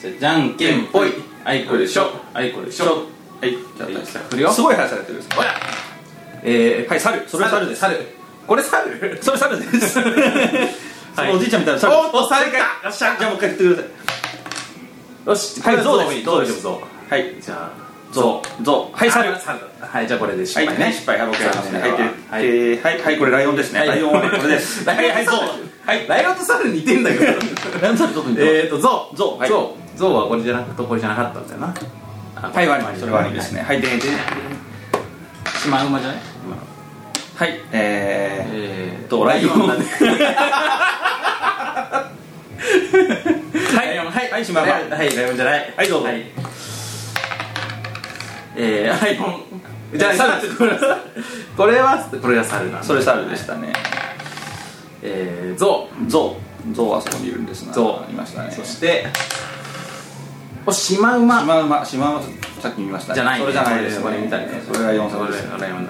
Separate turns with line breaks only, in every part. じゃあじゃんけんぽいはいこれでしょはいこれでしょ
はいじゃあ大吉さん
振るよ
すごい話されてるです
ほら
えー、はい猿それ猿です
猿
これ猿 それ猿ですそのおじいちゃんみたいな猿
おっと猿か
よっしゃじゃあもう一回振ってくださ
よし
はい
これ
象です
象です象
象いはい
じゃあ
ゾウゾウはい猿
あ猿はいじゃあこれで失
はい、
敗ね
失敗、はい、僕やりますね。はい、
は
はいい、えーはい、はい、これライオンですね。
はい
ライオン はね、これです。
はいはいゾウ
はい、
ライオンと猿似てんだけど
ライオン猿ちょっと似て
えーとゾウ
ゾウはい
ゾウゾウはこれじゃなくてこれじゃなかったんだよなあ
はい、ワニ、それワニですね。はい、で、で、
シマウマじゃない
はい、え
え
ー、と、ライオン。
ラ
は
イオンはいはいはい
シマウマ
はいはいライオンじゃない
はいどうぞ
はいえーライオンじゃない猿これはこれはこれが猿なんだ
それ猿でしたね。
えーゾ
ゾウ、ゾウはそこにいるんですが。
ゾウ
いましたね。
ウそしておシマウマ
シマウマ、シマウマ、さっき見ましたね。
じゃないね
それじゃないです。
これ見たいね
それライオン
そ
猿
れ
です。
ライオンだね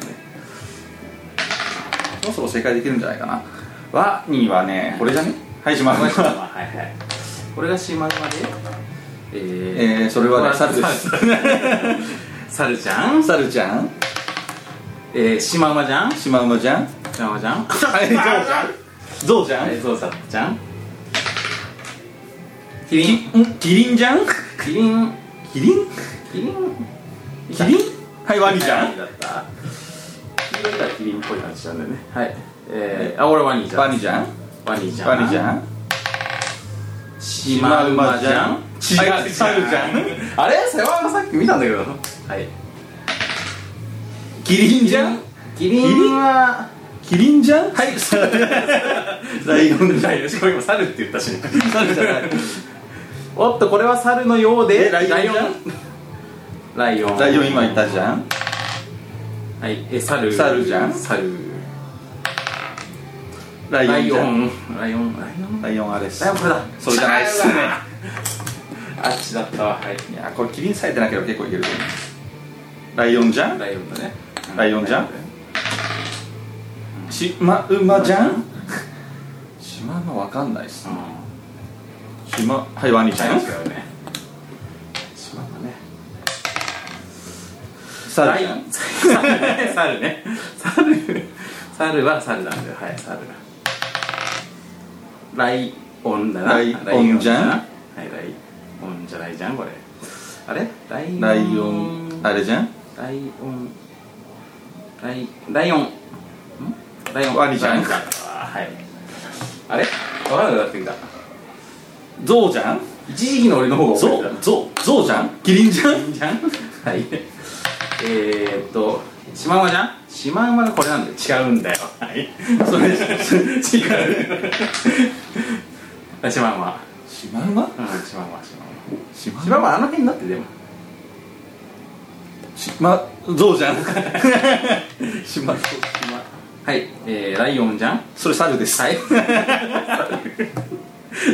そろそろ正解できるんじゃないかな。ワニはね、これじゃね。はい、シマウマ。
はいはいこれがシマウマでえー
えー、それはね、猿です。
猿じゃん
猿ちゃん。
えーシマウマじゃんシ
シマウマじゃん。は
マウマじゃん
い、ゾウじゃん。ゾウじゃん
え。ーゾウさんじゃんキリン
んキリンじゃん
キリン
キリン
キリン
キリンはいワニじゃん
だったキリンだったらキリンっぽい感じなんだよねはいえーあ俺ワニじゃん
ワニじゃん
ワニじゃん
ワニじゃん
シマウマじゃん
違う猿じゃん
あれセマウマさっき見たんだけどはい
キリンじゃん
キリンは
キリンじゃんはいライオンじ ゃん
ライオンしかも今猿って言ったし
猿じゃない
おっとこれは猿のようで
えライオンじゃん
ライオン
ライオン今いたじゃん
はいえ猿
猿じゃん
猿
ラ
ライ
イオ
オ
ン
ンライオンライオン
ライオンあれです
ライオンこれだ
それじゃないっすね
あっちだったわはい
いやこれキリンさえてなければ結構いけると思いますライオンじゃん
ライオンだね
ライオンじゃんシマウマじゃんシマウマわかんないっす
う
ね
ん
シマはいワニじゃん
違うねしまったね
猿じゃん
猿ね猿猿は猿なんだよはい猿だライオンだな
ライオンじゃ
ライオンだな
ん
はいライオンじゃないじゃんこれあれライオン
ライオンあれじゃん
ライオンライライオンんライオン
ワニじゃん
ライオンはいあれ分かんなくなってきた
ゾウじゃん
一時期の俺の方が
ゾ
覚えてた
ウゾウゾウじゃんキリンじゃん
じゃん はいえー、っとシマウマじゃんシマウマがこれなんだよ違うんだよはいそれ違うシマウマ
シマウマ
うんシマウマシマウ
シマ
マシマウマあの辺になってでも
シマゾウじゃん シマ
はいえー、ライオンじゃんは
それ猿です
い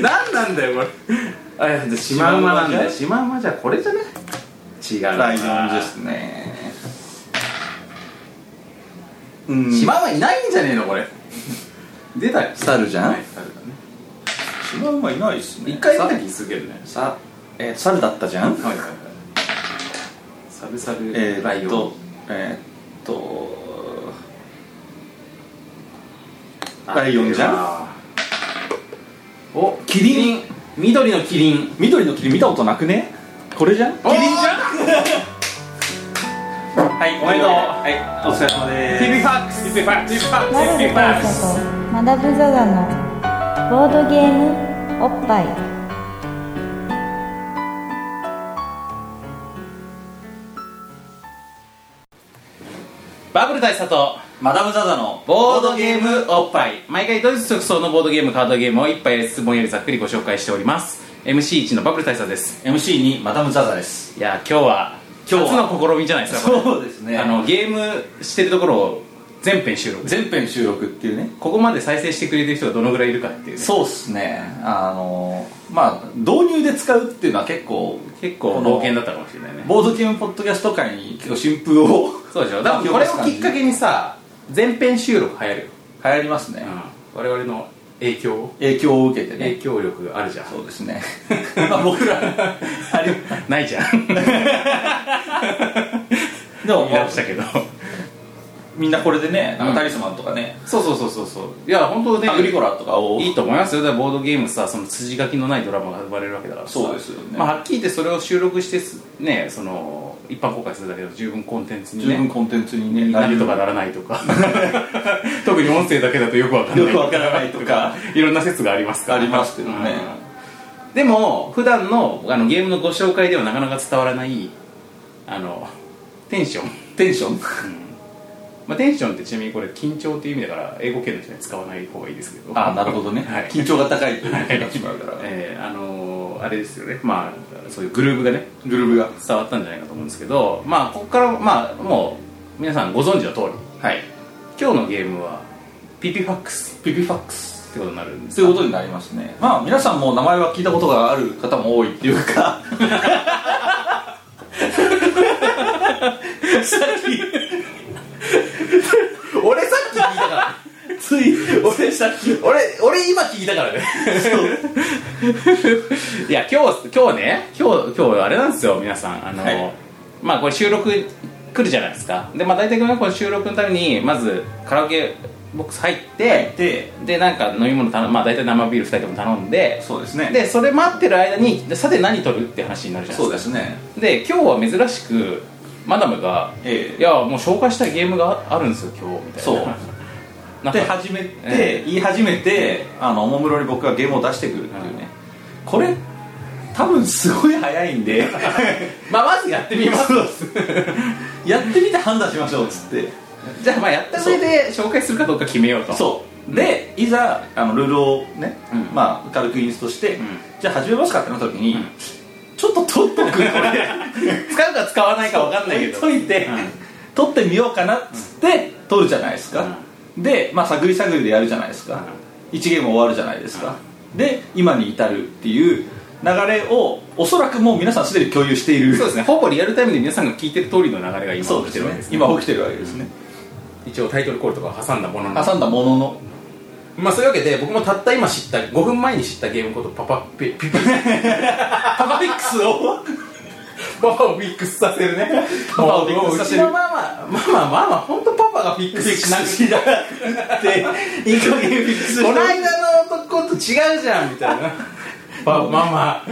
何なんだよこれあいやシマウマなんだよシマウマじゃこれじゃね違う
ライオンですねう
うんんシマウマいないんじゃねえのこれ出たよ
猿じゃん
はい猿だね
シマウマいないっす
一
ね
回出た気するけどね
さえー猿だったじゃん
はいはいはいサブサブ
え
ライ
ーっ
オ
と
ン
えーっと
あ
ライオンじゃん
これはおキリン緑のキリン
緑の霧見たことなくねこれじゃんキ
キリンじ ゃん
はいおめでとうはいお疲れ様で
ピピファックスピピファックスピピファッ
マダブザ
クス
ザとマダブザザのボードゲームおっぱい
バブル大佐と
マダムザザの
ボードゲームおっぱい毎回ドイツ直送のボードゲームカードゲームを一杯質問よりざっくりご紹介しております MC1 のバブル大佐です
MC にマダムザザです
いや今日は
今日は
初の試みじゃないですかこれ
そうですね
あのゲームしてるところを全編収録
全編収録っていうね
ここまで再生してくれてる人がどのぐらいいるかっていうね
そうっすねあのまあ導入で使うっていうのは結構
結構冒険だったかもしれないね
ボードゲームポッドキャスト界に結構新風を
そうでしょだからこれをきっかけにさ全編収録流行るよ、
流行りますね、
我々の影響
影響を受けて
影
ね
響力があるじゃん
そうですねまあ 僕ら あり
ないじゃん
でも
いらしたけど
みんなこれでねなん
うん
かタリスマンとかね、
そうそうそうそうそういや本当ね
アグリコラとかを
いいと思いますよだからボードゲームさその筋書きのないドラマが生まれるわけだからさ
そうですよね
まあ、はっきり言ってそれを収録してすねその一般公開するだけでも十分コンテンツに
十分
ね
コンテンツにね
なるとかならないとか 特に音声だけだとよくわかんない
よくわからないとか
いろんな説がありますから
ありますけどね
うんでも普段のあのゲームのご紹介ではなかなか伝わらないあのテンション
テンション
まあ、テンションってちなみにこれ緊張っていう意味だから英語圏の人には使わない方がいいですけど
あなるほどね、
はい
緊張が高いということになってしまうから、
えーあのーあれですよねまあそういうグルーブがね
グルーブが
伝わったんじゃないかと思うんですけどまあここからまあもう皆さんご存知の通り
はい
今日のゲームはピピファックス
ピピファックス
ってことになるんです
ということになりますねまあ皆さんも名前は聞いたことがある方も多いっていうか さっき俺さっき聞いたからつい俺さっき俺俺今聞いたからね
いや今日今日ね今日今日あれなんですよ皆さんあの、
はい
まあこれ収録来るじゃないですかでまあ大体この収録のためにまずカラオケボックス入って、
で
でなんか飲み物頼むまあ大体生ビール2人とも頼んで
そうですね
でそれ待ってる間にでさて何取るって話になるじゃない
そう
で
です
か
すね
で今日は珍しくマダムが
え
いやもう紹介したいゲームがあるんですよ今日みたいな
そう
なん
で
か
始めて、
え
言い始めてあのおもむろに僕がゲームを出してくるっていうね、これ多分すごい早いんで
まあまずやってみます
やってみて判断しましょうっつって
じゃあまあやった上で紹介するかどうか決めようと
そうでいざあのルールをね、
うん
まあ、軽くインストして、
ん
じゃあ始めますかってなった時に、
うん
ちょっと取っとく これ
使うか使わないか分かんないけど
置いといて、
うん
取ってみようかなっつって取るじゃないですか、で、まあ、探り探りでやるじゃないですか、1ゲーム終わるじゃないですか、で今に至るっていう流れをおそらくもう皆さんすでに共有している
そうですねほぼリアルタイムで皆さんが聞いてる通りの流れが
そ
今
う
起き
で
て
す
るわけ
ね
です、ね、
今起きてるわけですね、
一応タイトルコールとか挟んだものの
挟んだものの
まあそういうわけで僕もたった今知った5分前に知ったゲームことパパピピピパパピックス をパパをピックスさせるね
パパをピックスさせる
もううちのママママママ本当パパがピックスしなく て
でいい加減フィックス
この間の男と違うじゃんみたい なパママ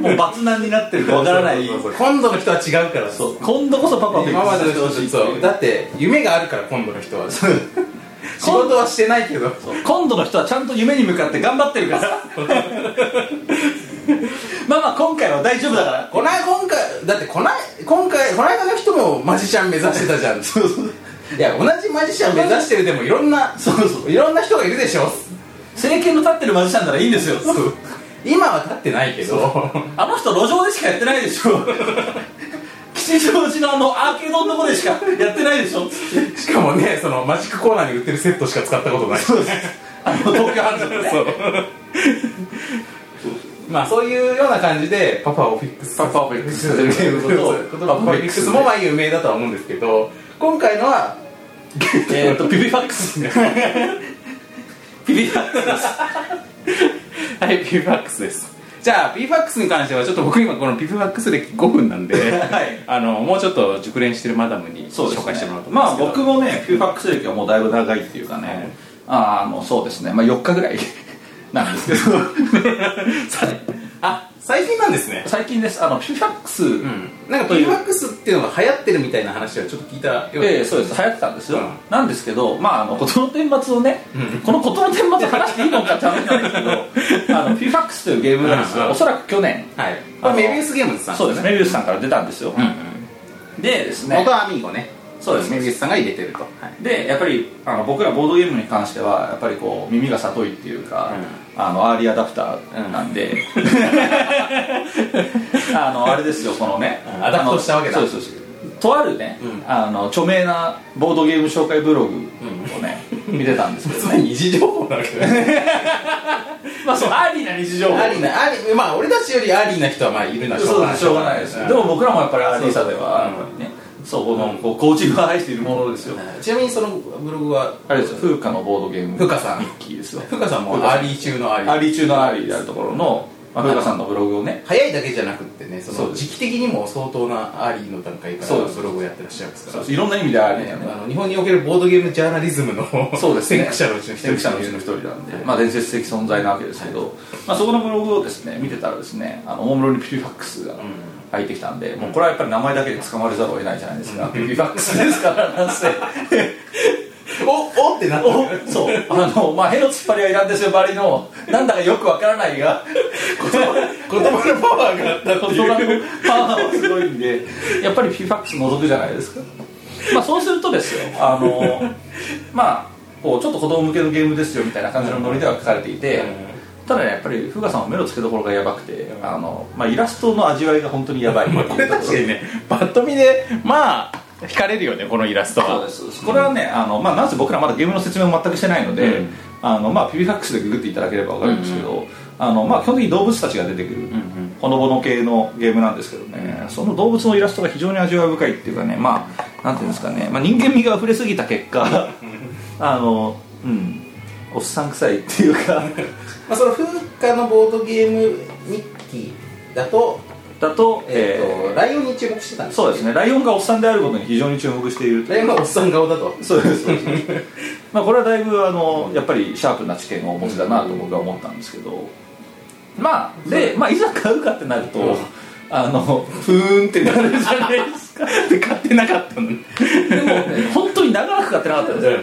もう罰難になってるかわからない
そうそうそう今度の人は違うから
そう今度こそパパをフィ
今ま
ック
で
スして
の
ほしい
人
って
そ
いう
だって夢があるから今度の人は仕事はしてないけど
そう今度の人はちゃんと夢に向かって頑張ってるから まあまあ今回は大丈夫だから
こない今回だってこない今回この間の人もマジシャン目指してたじゃんいや同じマジシャン目指してるでもいろんな
そうそう
いろんな人がいるでしょ
政権の立ってるマジシャンならいいんですよ
今は立ってないけど
あの人路上でしかやってないでし ょ吉祥寺のあのアーケードのとこでしかやってないでしょ
しかもねそのマジックコーナーに売ってるセットしか使ったことないそう
あの東京ハンズのね
まあそういうような感じでパパをフィックスパパをフィックスするゲームことパパ
パパ
を
を
フ
フ
ィッ
ィッ
ク
ク
ス
ス
もまあ有名だとは思うんですけど今回の は
えっとピピファッ クスピピファックスです
はい p ファックスですじゃあ p ファックスに関してはちょっと僕今この p ファックス歴5分なんで、
はい
あのもうちょっと熟練してるマダムに
そうですね
紹介してもらおうと思い
ま
ま
あ
すけど
僕もねピピファックス歴はもうだいぶ長いっていうかね、あのそうですねまあ4日ぐ らいなんですけど
あ最近なんですね
最近ですあのピピファックス、
うんなんか p ファックスっていうのが流行ってるみたいな話はちょっと聞いたよう
ええそうです流行ってたんですよ、
うん
なんですけどまああの事の顛末をね、この事の顛末を話していいのかって話なんです けどあのフィファックスというゲームなんで
うん
す
う
が
ん
おそらく去年
はいこれ
あの
メビウスゲームズさん
そうですメビウスさんから出たんですよ、
うんうん
でですね
元アミーゴね
そうです
メビウスさんが入れてるとはい
でやっぱりあの僕らボードゲームに関してはやっぱりこう耳が里いっていうか、あのアーリーアダプターなんで、あのあれですよこのね
うんアダプトしたわけだ
あのそうですそうですとあるね、
うん
あの著名なボードゲーム紹介ブログをね、見てたんですけ どね
二次情報なわけね
まあそうアーリーな日常
ありなありまあ俺たちよりアリーな人はまあいるのはしょ
そうう
がない
しょうがないですね、
ね
でも僕らもやっぱりアーリーさでは
そう
やっぱりねそうこのこうコーチングを愛しているものですよ
ちなみにそのブログは
あれですよ風花のボードゲーム
風花さん
ミッキーですよ
ふかさんもアーリー中のアーリー
アーリー中のアーリーであるところの、まあ、風花さんのブログをね
早いだけじゃなくってねそ
そう
の
です
時期的にも相当なアーリーの段階か
そう
ら
です
ブログをやってらっしゃるんです
そ
か
ういろんな意味でアー
ら、ね
リーだよね
あの日本におけるボードゲームジャーナリズムの
そうですね
先駆者のうちの一人
先駆者のうちの一人なんで、まあ、伝説的存在なわけですけど、まあ、そこのブログをですね見てたらですねあのおもむろにピピファックスが入ってきたんで、もうこれはやっぱり名前だけで捕まれざるを得ないじゃないですか、ピピファックスですからな んせ
おおってなった
お そうあのまあへの突っ張りはいらんですよばりのなんだかよくわからな いが
言葉のパワーがあった
大人のパワーはすごいんでやっぱりフィファックス覗くじゃないですかまあそうするとですよあのまあこうちょっと子供向けのゲームですよみたいな感じのノリでは書かれていて、ただねやっぱりフガさんは目の付けどころがやばくて、あのまあ、イラストの味わいが本当にやば いっていうと
こ
ころ
れ確かにねパッと見でまあ惹かれるよねこのイラスト
そう
は
ですこれはね、あのまあ、なぜ僕らまだゲームの説明を全くしてないので、
うん
あのまあ、ピピファックスでググっていただければ分かるんですけど、あのまあ、基本的に動物たちが出てくる、ほのぼの系のゲームなんですけどね、その動物のイラストが非常に味わい深いっていうかね、まあ、なんていうんですかね、まあ、人間味が溢れすぎた結果、 あのうん、おっさん臭いっていう
ま
か、
あ、その風花のボードゲーム日記だと,、
だと、
えーと
えー
ライオンに注目してたんです
そうですね、ライオンがおっさんであることに非常に注目しているという
ライオンがおっさん顔だと
そうですそうですまあこれはだいぶあのやっぱりシャープな知見をお持ちだなと僕は思ったんですけどまあで、まあ、いざ買うかってなると、あのふーんってなるじゃないですかで買ってなかったのにでもね本当に長らく買ってなかったんですよ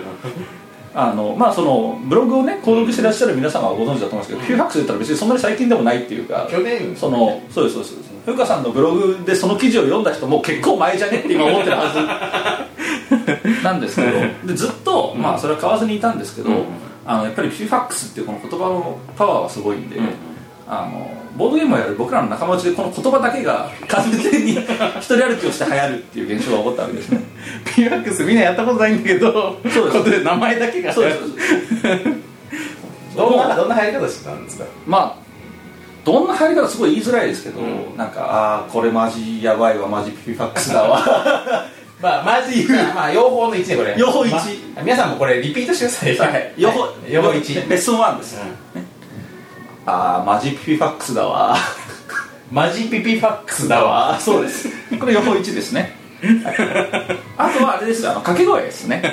あのまあそのブログをね購読してらっしゃる皆様はご存知だと思うんですけど、フィーファックス言ったら別にそんなに最近でもないっていうか
去年
そのそうですそうですふうかさんのブログでその記事を読んだ人もう結構前じゃねって今思ってるはずなんですけどでずっと、まあそれは買わずにいたんですけど、あのやっぱりフィファックスっていうこの言葉のパワーはすごいんで、あのボードゲームをやる僕らの仲間内でこの言葉だけが完全に一人歩きをして流行るっていう現象が起こったわけですね
ピーワックスみんなやったことないんだけど
そうです
これ名前だけが
そうですそうです
どんなどんな入り方してたんですか
まあどんな入り方すごい言いづらいですけど、なんかああーこれマジやばいわマジピピファックスだわ
まあまず言うまあ養蜂の1ねこれ
養蜂一
まあ皆さんもこれリピートしてください
はい よほ
養蜂1
レッスン1です、ねああマジピピファックスだわ
マジピピファックスだ
だ
わ
わそうですこれ予報1ですねあとはあれですあの掛け声ですね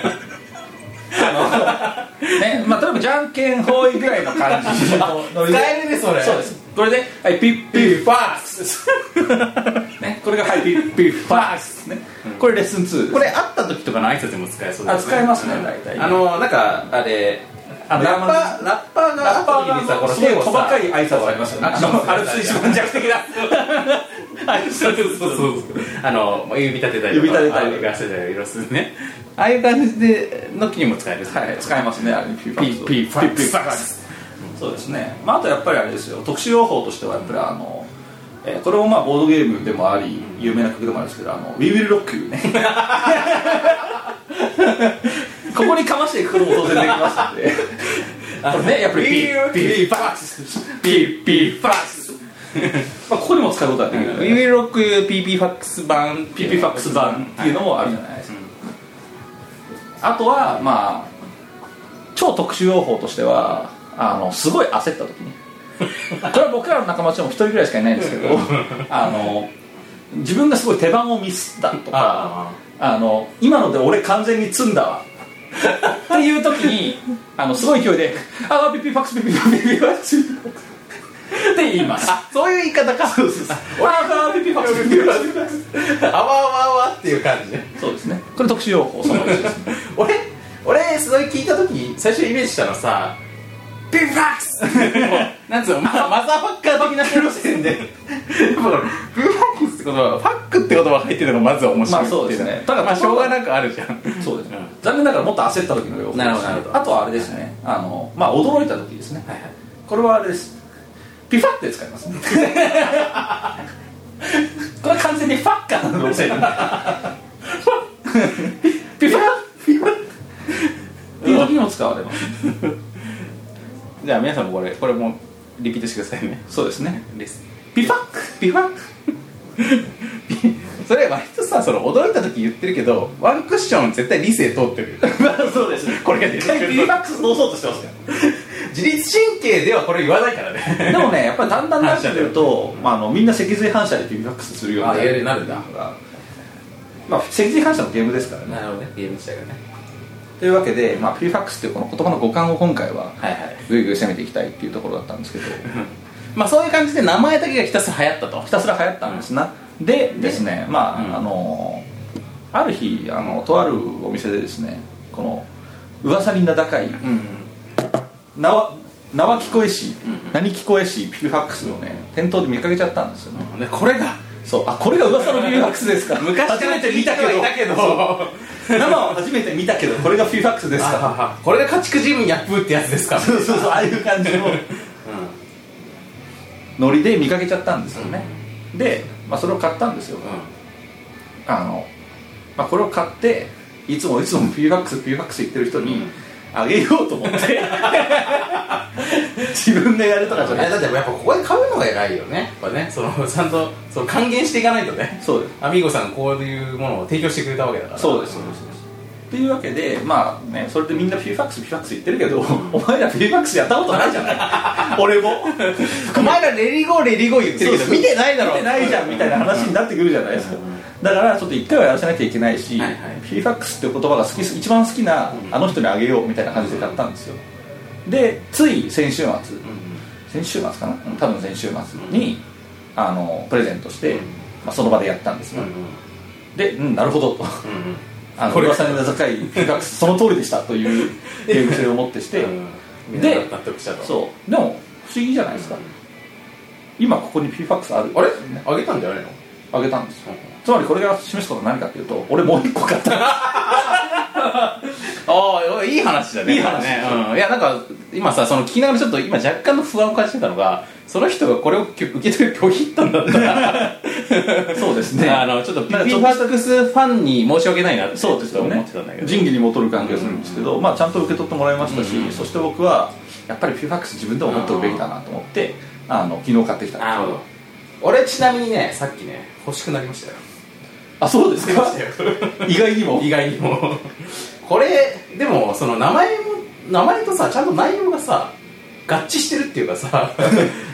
あのねまあ例えばじゃんけん方位ぐらいの感じのノリで
使えるねそれ
そうですこれで、はい、ピッ
ピ
ピッ
ピファックス
ね、これがハイピッピファースね、これレッスン2です
これ会った時とかの挨拶にも使えそう
あ
です
使えますね大体
あのなんかあれ
あ
ラ
の
ッパーラッパー
ラ
が
ッパ
会っ
ー
た時にさこの
すごい
手を
細
さ
かい挨拶ありますよねあの
アルプス一番弱的 なそうそうそうそうあの指立てたりとか
指立てたりとか
あ汗だよ色するねああいう感じでの木にも使える
はい使えますねあれピー
ピーピーファックス
ピーピーファックスそうですね、まあ、あとやっぱりあれですよ特殊用法としてはやっぱりあの、えーこれもまあボードゲームでもあり有名な曲でもあるんですけど「あの We Will Rock You ね」ここにかましていくことも当然できますんであのねやっぱりピーピーピーファックスピーピーファックスまあここにも使うことはできるので
We will rock you PP ファックス版
ピピファックス版っていうのもあるじゃないですか、あとはまあ超特殊用法としてはあのすごい焦った時 にこれは僕らの仲間内でも一人ぐらいしかいないんですけどあの自分がすごい手番をミスったとか
あ
あの今ので俺完全に詰んだわっていう時にあのすごい勢いで「あピピファックスピピファックスピピファックス」って言います
あそういう言い方かそう そうそう
「あピピファックスピピファックスピピファックス
あわあわあわっていう感じね」
そうですねこれ特殊用法そのうちです
俺俺それ聞いた時に最初イメージしたのさピピファックス なんつうのまマザーファッカー的な路線で やっぱこのピピファックスって言葉ファックって言葉が入ってるのがまずは面白い
まあそうです
っ
ね
ていのただまあしょうがなくあるじゃん
そうですね、残念ながらもっと焦った時のよう
なるほどなるほど
あとはあれですねあのまあ驚いた時ですね、
はいはい
これはあれですピファって使いますね これは完全にファッカー の路線ピファピファっていう時にも使われます
じゃあ皆さんもこれこれもリピートしてくださいね
そうですね
です
ピファックピファック
それ割とささその驚いた時言ってるけどワンクッション絶対理性通 ってる
そうです
これが出て
一
くる
回ビリバックス通そうとしてますか
自律神経ではこれ言わないからね
らでもねやっぱりだんだん慣れてくると、まあ、あのみんな脊髄反射でビリバックスするようにな
あいやい
る
やなるんだ
まあ、脊髄反射のゲームですからね
るほどねゲームしたからね
というわけで、まあ、ピリファックスというこの言葉の五感を今回は
はいはい
ぐいぐい攻めていきたいっていうところだったんですけど
まあそういう感じで名前だけがひたすら流行ったと
ひたすら流行ったんですな、でですねまあ、
うん
あのある日あのとあるお店でですねこの噂に名高い
うん
縄縄聞こえし、
うんうん
何聞こえしピルファックスをね店頭で見かけちゃったんですよね、
でこれが
そうあこれが噂のピルファックスですか
昔
初めて見たけど
いたけど
生を初めて見たけどこれがピルファックスですか
あこれが家畜ジムヤップーってやつですか
そうそうそうああいう感じのノリで見かけちゃったんですよね、で、まあ、それを買ったんですよ、あの、まあ、これを買っていつもいつもピーファックスピーファックス言ってる人にあげようと思って 自分でやるとかじゃない
だってやっぱここで買うのが偉いよねこれねそのちゃんとその還元していかないとね
そうです
アミーゴさんがこういうものを提供してくれたわけだから
そうですそうですそうですっていうわけでまあねそれでみんなピーファックスピーファックス言ってるけど、お前らピーファックスやったことないじゃない 俺も
お前らレリゴーレリゴー言ってるけど見てないだろ
見てないじゃんみたいな話になってくるじゃないですかだからちょっと一回はやらせなきゃいけないし、
はいはい
ピーファックスっていう言葉が好きす一番好きなあの人にあげようみたいな感じで買ったんですよでつい先週末、先週末かな多分先週末に、あのプレゼントして、まあ、その場でやったんですよ、で、うん、なるほど とあの
これ
噂の名高いピーファックスその通りでしたという ゲーム性を持ってして、
うん
で
みんな納得したと
そうでも不思議じゃないですか今ここにピーファックスある
あれあげたんじゃないの
あげたんですよつまりこれが示すことは何かっていうと俺もう一個買った
ああいい話だね
いい話
ね、うん、いやなんか今さその聞きながらちょっと今若干の不安を感じてたのがその人がこれを受け取る拒否ったん だったら
そうです
あのちょっとピ
なんかち
ピ
ょ
ン
っと
ファックスファンに申し訳ないなって
そうです
ち
よ
ょっと思
ね
ってたんだけど
仁義にも劣る感じがするんですけど、まあ、ちゃんと受け取ってもらいましたし、そして僕はやっぱりピューファックス自分でも持っておくべきだなと思ってあの昨日買ってきた
なるほど俺ちなみにねさっきね欲しくなりま したよ
あそうですか 意外にも
意外にもこれでもその名前も名前とさちゃんと内容がさ合致してるっていうか さ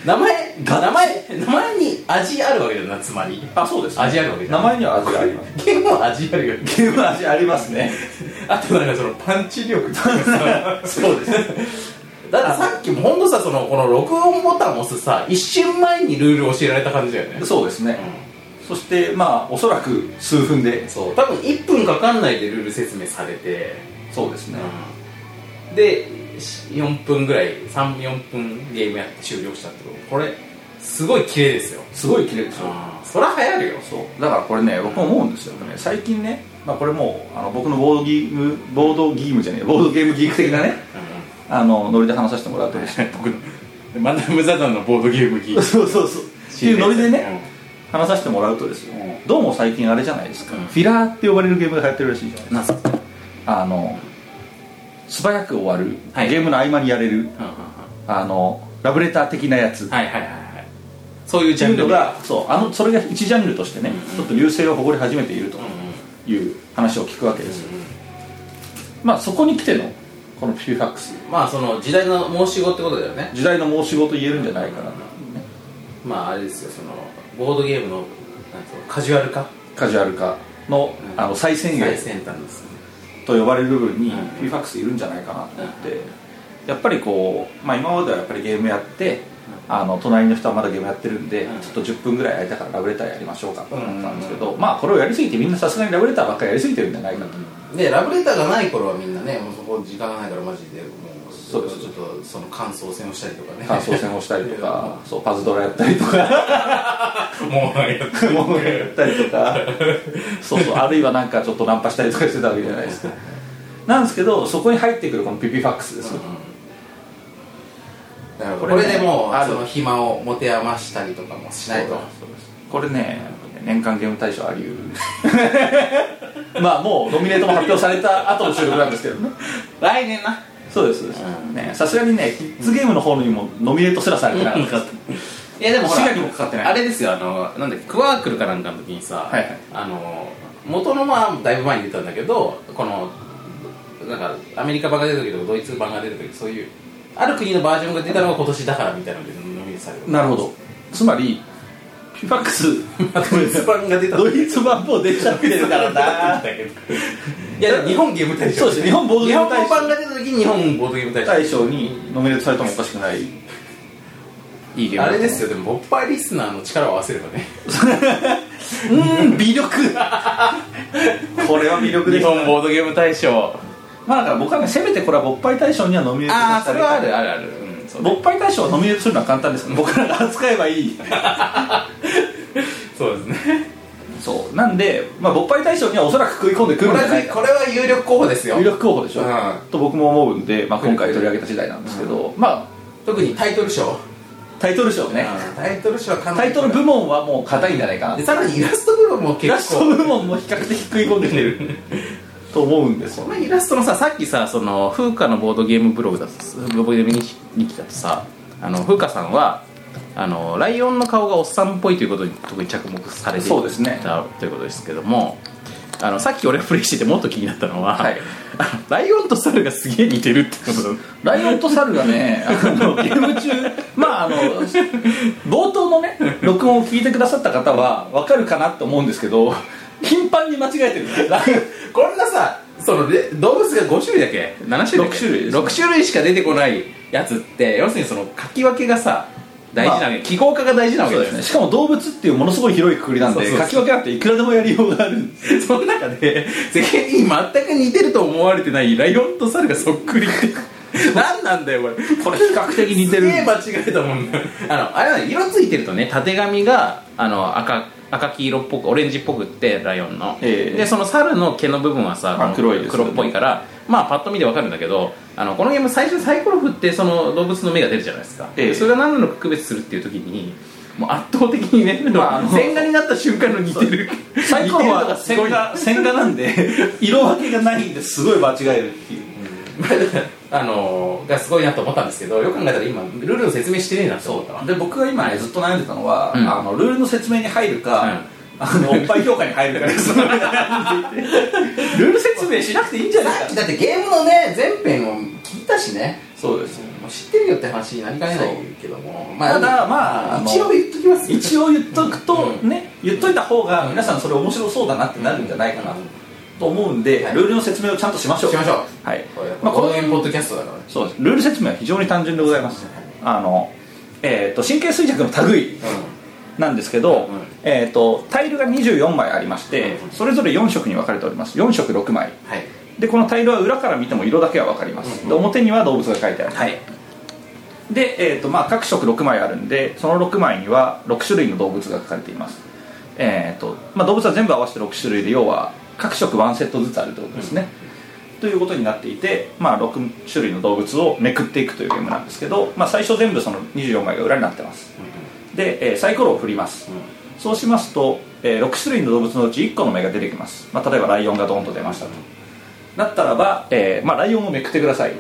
名前名前名前に味あるわけだよなつまり
あそうです
味あるわけじゃん
名前には味があります
ゲームは味あるよね
ゲーム味ありますね
あとなんかそのパンチ力っていうかさそうですだからさっきもほんとさそのこの録音ボタンを押すさ一瞬前にルールを教えられた感じだよね
そうですね、そしてまあおそらく数分で
そう多分1分かかんないでルール説明されて
そうですね、
でし4分ぐらい34分ゲームやって終了したってことこれすごい綺麗ですよ
すごい綺麗でしょ
そりゃ流行るよ
そうだからこれね僕思うんですよね最近ね、まあ、これもうあの僕のボードゲームボードゲームじゃねえボードゲームギーク的なねあのノリで話させてもらうとですね
僕の マダム・ザ・ダンのボードゲーム機
そうそうそうっていうノリでね、話させてもらうとですよ、
う
どうも最近あれじゃないですか、
うん
フィラーって呼ばれるゲームが流行ってるらしいじゃ
な
ない
んすか
あの素早く終わる、
はい
ゲームの合間にやれる
は
あのラブレター的なやつ、
いはいはいはいそういう
って
ジ
い
ャ
う
ン
の
ル
がそうあのそれが一ジャンルとしてね、
うん
ちょっと優勢を誇り始めていると
うんうん
いう話を聞くわけですよ、まあそこに来てのこのピューファックス
まあその時代の申し子ってことだよね
時代の申し子と言えるんじゃないかな
まああれですよそのボードゲームのなんていうのカジュアル化
カジュアル化の,、
うん
あの最先
最
鋭
先端ですよね
と呼ばれる部分に
うん
ピューファックスいるんじゃないかなと思って、やっぱりこう、まあ、今まではやっぱりゲームやって、あの隣の人はまだゲームやってるんで、
うん
ちょっと10分ぐらい空いたからラブレターやりましょうかと思ったんですけど、まあこれをやりすぎてみんなさすがにラブレターばっかりやりすぎてるんじゃないかと、
でラブレターがない頃はみんなねもうそこ時間がないからマジでもう
そうです
ちょっとその感想戦をしたりとかね
感想戦をしたりとかそうパズドラやったりとか
もうやって
もうやったりとかそうそうあるいはなんかちょっとナンパしたりとかしてたわけじゃないですかなんですけどそこに入ってくるこのピピファックスですよ、
だからこ
これね
れでも
あ
う
る
その暇を持て余したりとかもしないと
そうですこれね年間ゲーム大賞あり得る まあもうノミネートも発表された後の収録なんですけどね
来年な
そうですそうです
うん
ねさすがにねキッズゲームの方にもノミネートすらされてなかった
いやでもほら
滋賀にもかかってない
あれですよあのなんだっけクワークルかなんかの時にさ、
はいはい
あの元のまあだいぶ前に出たんだけどこのなんかアメリカ版が出た時とかドイツ版が出た時そういうある国のバージョンが出たのが今年だからみたいなので飲みにされる
なるほどつまりピファックス
ドイツ版が出た
ドイツ版も出ちゃってるからな
ないや日本ゲーム大賞
そうです日本ボードゲーム大賞
日本版が出た時に日本ボードゲーム大賞
大賞にノミネートされてもおかしくないいいゲーム
あれですよでもボッパイリスナーの力を合わせればね
うーん魅力これは魅力です
本ボードゲーム大賞
まあだから僕はねせめてこれは勃発大賞にはノミネート
ああそ
させ
れ
て
はあるあるあるうんそう
勃発大賞をノミネートするのは簡単です僕らが扱えばいい
そうですね
そうなんで、まあ、勃発大賞にはおそらく食い込んでく
こ
る
れ
んじゃない
は
か
これは有力候補ですよ
有力候補でしょ、
うん
と僕も思うんで、まあ、今回取り上げた次第なんですけど、まあ
特にタイトル賞
タイトル賞ね、
タイトル賞はかなり
タイトル部門はもう硬いんじゃないかな
でさらにイラスト部分も
イ
結構
ラスト部門も比較的食い込んできてると思うんですよ
まあ、イラストのささっきさその風花のボードゲームブログだとボードゲームに来たとさあの風花さんはあのライオンの顔がおっさんっぽいということに特に着目されていた
そうですね
ということですけどもあのさっき俺がプレイしててもっと気になったのは、
はい
あの ライオンと猿がすげえ似てるってこと
ライオンと猿が ね、あのゲーム中、まああの冒頭のね、録音を聞いてくださった方はわかるかなと思うんですけど、頻繁に間違えてる。ライ
こんなさそのレ動物が5種類だっけ7種類
六種類ですね
6種類しか出てこないやつって要するにその書き分けがさ大事なわけ、記号化が大事な
オ
わ
ン
け
そうですね。しかも動物っていうものすごい広いくくりなんで、
そうそうそう
書き分けなんていくらでもやりようがあるんです。
その中で世間に全く似てると思われてないライオンと猿がそっくりって 何なんだよこれ
これ比較的似てる
すげえ間違えたもんなあのあれはね色ついてるとね縦紙があの赤赤黄色っぽくオレンジっぽくってライオンの、
ええ
でその猿の毛の部分はさ
あ黒いです
黒
よね
っぽいからまあパッと見でわかるんだけどあのこのゲーム最初にサイコロ振ってその動物の目が出るじゃないですか、
ええ
それが何なのか区別するっていう時にもう圧倒的にね、
まああ の
線画になった瞬間の似てる
サイコロ
似てるの
は
がすご
線
い
画線画なんで色分けがないんですごい間違えるっていう。
あのがすごいなと思ったんですけどよく考えたら今ルールの説明してねえなと思ったわ
で僕が今ねずっと悩んでたのは、
うん
あのルールの説明に入るか、
うん
あのおっぱい評価に入るかです。ルール説明しなくていいんじゃないか
だってゲームのね全編を聞いたしね
そうです
もう知ってるよって話になりかねないけどもま
ただまあ
一応言っときます
一応言っとくとね、言っといた方が皆さんそれ面白そうだなってなるんじゃないかな
うん
と思うんで、
はい
ルールの説明をちゃんとしましょう
しましょう
はい
まあこ
まあ、こ
の
の
辺ポッドキャストだからね
そうですルール説明は非常に単純でございますあのえっ、と神経衰弱の類なんですけど、
うん
えー、とタイルが24枚ありまして、
うん
それぞれ4色に分かれております4色6枚
はい
でこのタイルは裏から見ても色だけは分かります、
うん
で表には動物が書いてある、
はい
で、えーとまあ、各色6枚あるんでその6枚には6種類の動物が書かれています、えーとまあ、動物は全部合わせて6種類で要は各色1セットずつあるってことですね、ということになっていて、まあ、6種類の動物をめくっていくというゲームなんですけど、まあ、最初全部その24枚が裏になってますで、えーサイコロを振ります、そうしますと、え6種類の動物のうち1個の目が出てきます、まあ、例えばライオンがドーンと出ましたとなったらば、えーまあ、ライオンをめくってください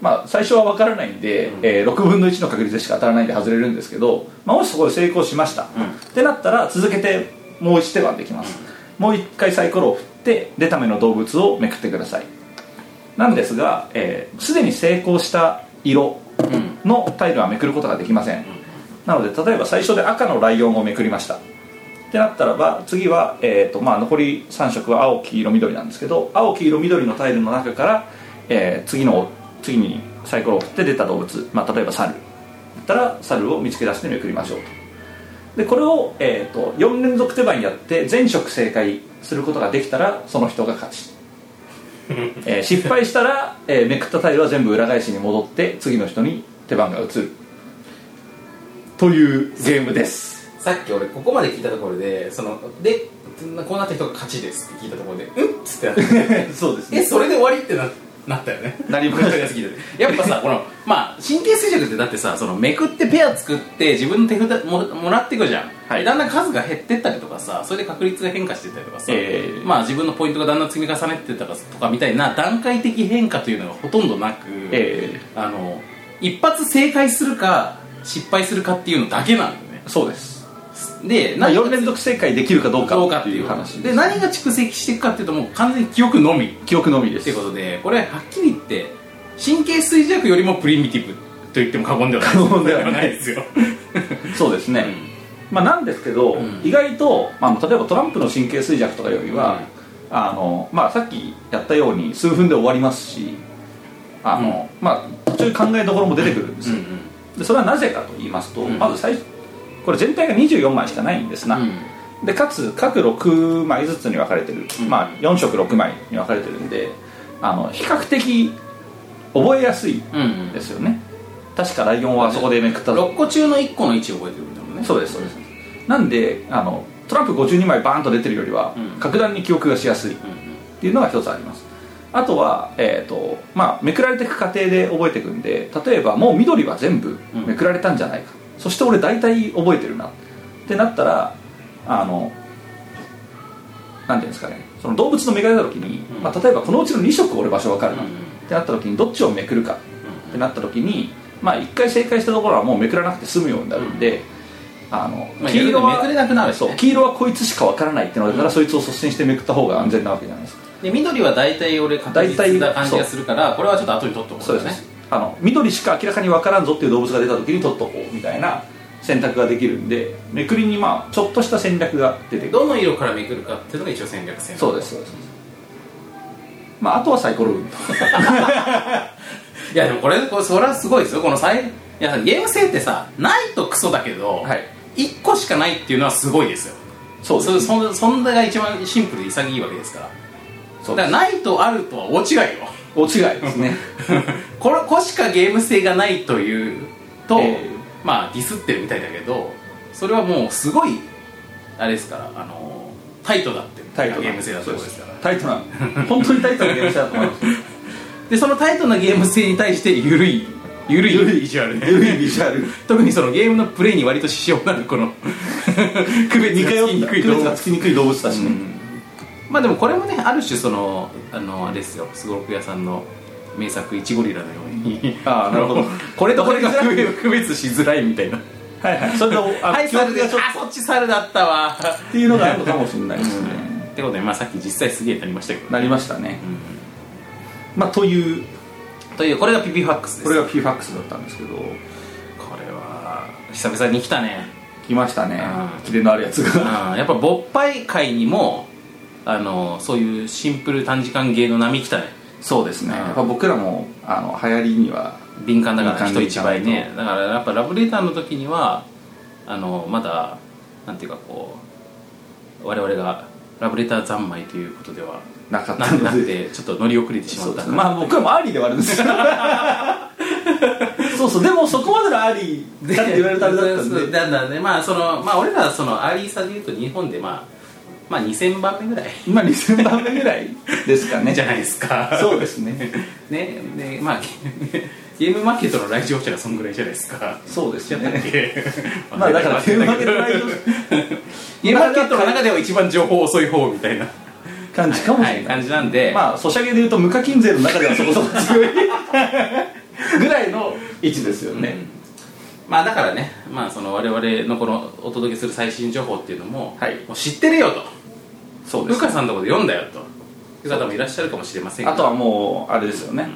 まあ最初は分からないんで、えー6分の1の確率でしか当たらないんで外れるんですけど、まあ、もしそこで成功しました、ってなったら続けてもう1手番できます、もう1回サイコロを振って出た目の動物をめくってくださいなんですがすで、既に成功した色のタイルはめくることができません、なので例えば最初で赤のライオンをめくりましたってなったらば次は、えーとまあ、残り3色は青黄色緑なんですけど青黄色緑のタイルの中から、えー次の次にサイコロを振って出た動物、まあ、例えば猿だったら猿を見つけ出してめくりましょうとでこれを、えー、と4連続手番やって全色正解することができたらその人が勝ち、えー失敗したら、えーめくったタイルは全部裏返しに戻って次の人に手番が移るというゲームです
さっき俺ここまで聞いたところでそのでこうなった人が勝ちですって聞いたところでうんっつってなって
そうです
えそれで終わりってななったよね
なりました
すぎて やっぱさこのまあ神経衰弱ってだってさそのめくってペア作って自分の手札ももらっていくじゃん、
はい
だんだん数が減ってったりとかさそれで確率が変化してったりとかさ、
ええ
まあ自分のポイントがだんだん積み重ねてったとかみたいな段階的変化というのがほとんどなく、
え
あの一発正解するか失敗するかっていうのだけなんだよね
そうです
で
まあ、
何が
4連続正解できるかどうか
どうかっ
ってて
い
いうう話
話で何が蓄積していくかっていうともう完全に記憶のみっ
記憶のみです
てことでこれはっきり言って神経衰弱よりもプリミティブと言っても過言ではない
過言ではない
ですよ
そうですね、まあ、なんですけど、
ん
意外と、まあ、例えばトランプの神経衰弱とかよりは、あのまあ、さっきやったように数分で終わりますしあの、まあ、途中考えどころも出てくるんです
うん
よ、でそれはなぜかと言いますと、
ん
まず最初これ全体が24枚しかないんですな、
うん
でかつ各6枚ずつに分かれてる、
ん
まあ、4色6枚に分かれてるんであの比較的覚えやすい
うんうんうん
ですよね確かライオンはあそこでめくったぞ
6個中の1個の位置を覚えてるんだもんね
そうですそうですなんであのトランプ52枚バーンと出てるよりは、
うん
格段に記憶がしやすいっ
うん
ていうのが一つありますあとは、えーとまあ、めくられていく過程で覚えていくんで例えばもう緑は全部
うん
めくられたんじゃないか、そして俺大体覚えてるなってなったらあのなんていうんですかねその動物のめがれた時に、
うん
まあ、例えばこのうちの2色俺場所分かるな、
うん
ってなった時にどっちをめくるかってなった時に、まあ、1回正解したところはもうめくらなくて済むようになるんで、あの
まあ
黄色は
めくれなくなるしね
そう黄色はこいつしかわからないってのだから、
うん
そいつを率先してめくった方が安全なわけじゃないですか、
で緑は大体俺確実な感じがするからこれはちょっと後に取っとこう
そうですねあの緑しか明らかにわからんぞっていう動物が出た時に取っとこうみたいな選択ができるんでめくりにまあちょっとした戦略が出てくる
どの色からめくるかっていうのが一応戦略性
そうですそうですまあ、あとはサイコ ロ運
いやでもこれこれそれはすごいですよこの最いやゲーム性ってさないとクソだけど、
はい
一1個しかないっていうのはすごいですよ
そうです
そそんそんなが一番シンプルで潔いわけですから
そう
だ
で
から
す
ないとあるとは大 違いよ
お違いですね
これこしかゲーム性がないというと、
ええ
まあディスってるみたいだけどそれはもうすごいあれですからあのタイトだって
タイトな
ゲーム性だってことですから
タイトな本当にタイトなゲームしたと思います
でそのタイトなゲーム性に対して緩い緩いビジュアルね
緩いビジュア ル
特にそのゲームのプレイに割と支障があるこの 区別
似
が
通
つきにくい動
区別が
物
つきにくい動物だしね、
まあでもこれもねある種そのあのあれですよすごろく屋さんの名作「イチゴリラ」のように
ああなるほど
これとこれが 区別しづらいみたいな
はいはいそれとあの
はい
記
猿
憶
で
が
あ
ちょっ
そっち猿だったわ
とっていうのがあるのかもしれないですね、
ってことでまあさっき実際すげえなりましたけど
なりましたね、まあという
というこれがピピファックスです
これが P ファックスだったんですけど
これは久々に来たね
来ましたね
うん
キレのあるやつ が
うんやっぱ勃発会にもあのそういうシンプル短時間芸の波来たね
そうですね
うん
やっぱ僕らもあの流行りには
敏感だから
敏感
人
で
一倍ねだからやっぱラブレターの時にはあのまだなんていうかこう我々がラブレター三昧ということでは
なかっ
な
た
くなっ
ので
てちょっと乗り遅れてしま
そう
っ
で
た
すねまあ僕らもありではあるん ですよそうそうでもそこまでのあり
で
だって言われたらだった ん
そう
で
だんだんねまあそのまあ俺らはそのアーリーさでいうと日本でまあまあ2000番目ぐらい
今2000番目ぐらいですかね
じゃないですか
そうですね
ねでまあゲゲームマーケットの来場者がそんぐらいじゃないですか
そうです
やったっ
ね
け
まあだからゲームマーケットライド
ゲームマーケットの中では一番情報遅い方みたいな
感じかもしれ
は
ないい、
感じなんで、
まあソシャゲでいうと無課金税の中ではそこそこ強い ぐらいの位置ですよ
ね
ね、
まあだからね、まあ、その我々のこのお届けする最新情報っていうのも,、
はい
もう知ってるよと
そうで
ル
す
カさんのこと読んだよという方もいらっしゃるかもしれませんが
あとはもうあれですよね、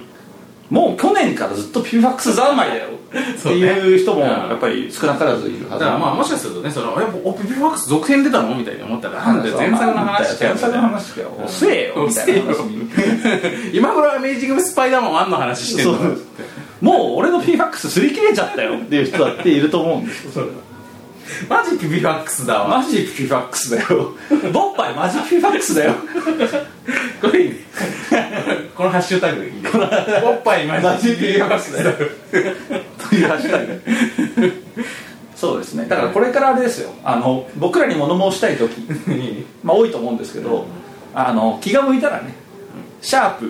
もう去年からずっとピューファックス三昧だよって
そうね
いう人も
うん
やっぱり少なからずいる
だ
はず
からまあ
ま
もしかするとねそのえおピピファックス続編出たのみたいに思ったら
あ
なんで前作の話かよ
前作の話かよ遅えよみたいな話に
今頃アメージングスパイダーマン1の話してんの
そうもう俺のピューファックス擦り切れちゃったよっていう人だっていると思うんですよ
マジピピファックスだわ
マジピューファックスだよボッパイマジピューファックスだよ
これいいねこのハッシュタグいいねおっぱいマジ ピピファックスだよ
というハッシュタグそうですねだからこれからあれですよあの僕らに物申したい時まあ多いと思うんですけどあの気が向いたらねシャープ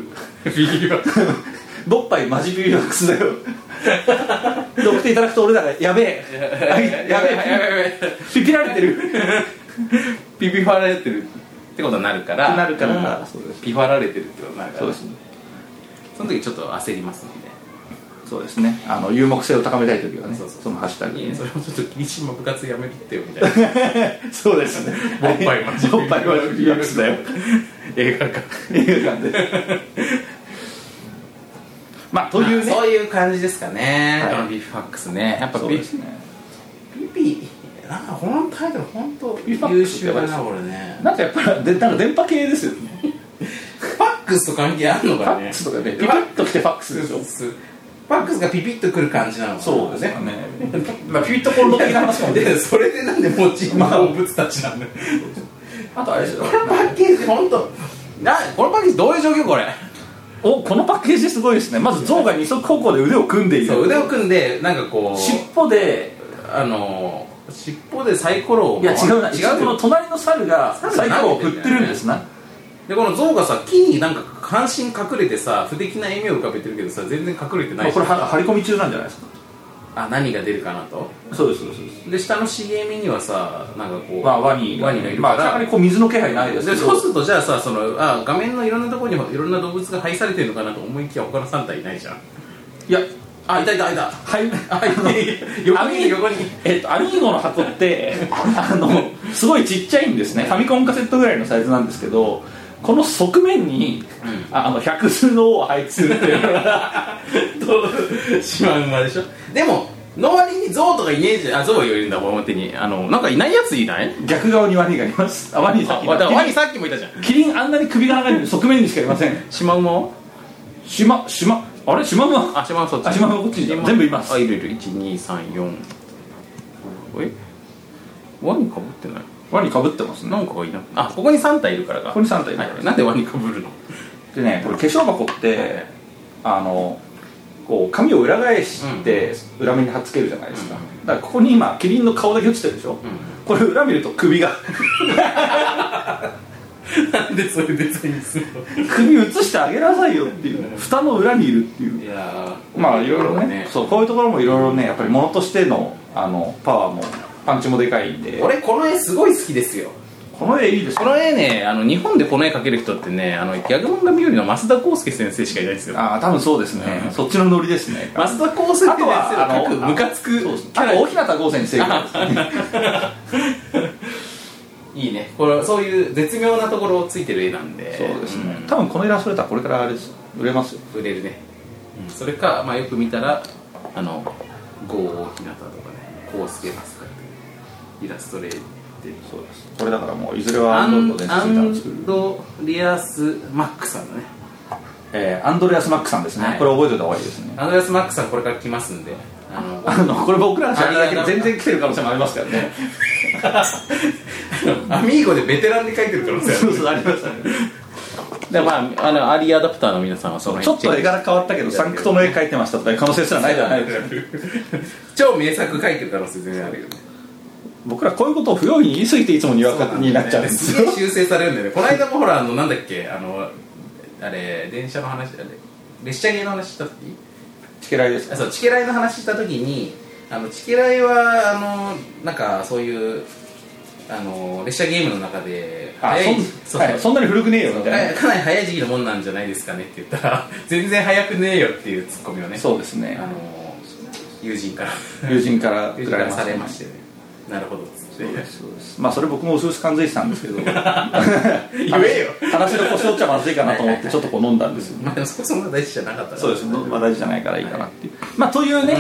ピピファックス
ボッパイマジビリワックスだよで送っていただくと俺らがやべえ
や
あやべ
べ
え
えやべえ
ピピられてる
ピピファられてるってことになるから
なるから
うんピファられてるってことになるから
そうですね
その時ちょっと焦りますので
そうですねあの有目性を高めたい時はね
そうそう
そのハッシュタグでね
それもちょっと君しも部活やめるってよみたいな
そうですね
おっぱいマジ
おっぱいマジリラックスだよ
映画館
映画館でまあというね
そういう感じですかね、
はい
ビーフファックスねやっぱ
そう
ビ
ですね
ピピなんかこのタイトル本当
ビーフファッ
優
クス
秀だな俺ね
なんかやっぱりでなんか電波系ですよね
ファックスと関係あるの
フ
か
ァ
ね
ックスとかねピ
フ
ピ
ァッ
ッときてファック
ク
ス
ス
でしょ
ファックスがピピッとくる感じなのかな
かねまあピピッとコンロ的な話もね
でそれでなんでモチーフ動物たちなんだよ
あとあれですよ
このパッケージ本当なこのパッケージどういう状況これ
おこのパッケージすごいですねまず象が二足歩行で腕を組んでいる
そう腕を組んでなんかこう
尻尾で
あのー尻尾でサイコロを
いや違うな
違
違うこの
う
隣の猿がサイコロを振ってるんですな
でこの象がさ木になんか関心隠れてさ不敵な笑みを浮かべてるけどさ全然隠れてな
まあ
い
こ
し
れは張り込み中なんじゃないですか
あ何が出るかなと
そうですそうですそうです
で下の茂みにはさなんかこう
まあワニ
ワニがいるか
まあ明らからにこう水の気配ないです
で
け
そう
ど
するとじゃあさそのあ画面のいろんなところにいろんな動物が配されてるのかなと思いきや他の3体いないじゃん
いや
あいたいたいた
はい
あいて横にいる横に
えっと、アミーゴの箱って あのすごいちっちゃいんですねファミコンカセットぐらいのサイズなんですけどこの側面に、ああの百数の王を配置するっていうの が
シマウマでしょでもの割にゾウとかいねえじゃんあゾウはいるんだ表にあのなんかいないやついない
逆側にワニがいますあワニさっき
あだからワニさっきもいたじゃん
キリンあんなに首が長いのに側面にしかいません
シマウマは
しましまあれしまむわ
あシマウマそっち
あシマウマこっち
シマウマ
全部います
あいるいる1234えワニかぶってない
ワニかぶってますね
なんかがいなくあここに3体いるからか
ここに3体いる
は
か
い
ら
なんでワニかぶるの
でねこれ化粧箱ってあのこう紙を裏返して裏面に貼っつけるじゃないですか、
うん
だからここに今キリンの顔だけ落ちてるでしょ、これ裏見ると首が
なんでそれデザインする
首移してあげなさいよっていう蓋の裏にいるっていう
いや
まあいろいろねそうこういうところもいろいろねやっぱり物としてのあのパワーもパンチもでかいんで
俺この絵すごい好きですよ
この絵いいです
この絵ねあの日本でこの絵描ける人ってねあのギャグ漫画日和の増田康介先生しかいないですよ
ああ多分そうですね、そっちのノリですね
増田康介
あとはあ
先生
の
の描くムカつく
そうです
キ
あ
ャ
と
ラ
大日向剛先生が
いいねこれそういう絶妙なところをついてる絵なんで
そうですね、多分このイラストレーターこれからあれです売れますよ
うん売れるね、それか、まあ、よく見たらあの郷大日向とかね康介マスカイラストレーテッド
そうですこれだからもういずれは
ア
アンドロイドの
ン
伝説
ア
みたいなの作る
ンドリアス・マックさんだね
えーアンドレアス・マックさんですね、
はい
これ覚えておいた方がいいですね
アンドリアス・マックさんこれから来ますんであの
あのこれ僕らの知らないだけ
あ
で
いや
全然来てる可能性もありますからね
アミーゴでベテランで描いてるから
そうそうありますね
でまあ、あのアーリーアダプターの皆さんはその
ちょっと絵柄変わったけどサンクトの絵描いてましたとかいう可能性すらないじゃないですか
超名作描いてる可能性全然あるよね
僕らこういうことを不用意に言い過ぎていつもにわかになっちゃうんです
す
よ
げえ修正されるんだよねこの間もほらあのなんだっけあのあれ電車の話あれ列車系の話した時
チケライです
あ
か
そうチケライの話した時にあのチケライはあのなんかそういうあの列車ゲームの中で
あ
早い
そ
そ
ん,、
う
はい、そんなに古くねえよみたいな
かなり早い時期のもんなんじゃないですかねって言ったら全然早くねえよっていうツッコミをね
そうですね
あの友人から
友人から
友
振
人
ら
から
れま
されま
し
してねなるほどっつって
そうですそうですまあそれ僕も薄々感づいてたんですけど 言
えよ
話の腰折っちゃまずいかなと思ってちょっとこう飲んだんですよ
まあでもそそんな大事じゃなかったから
そうですまあ大事じゃないからいいかなっていう、まあというね、
う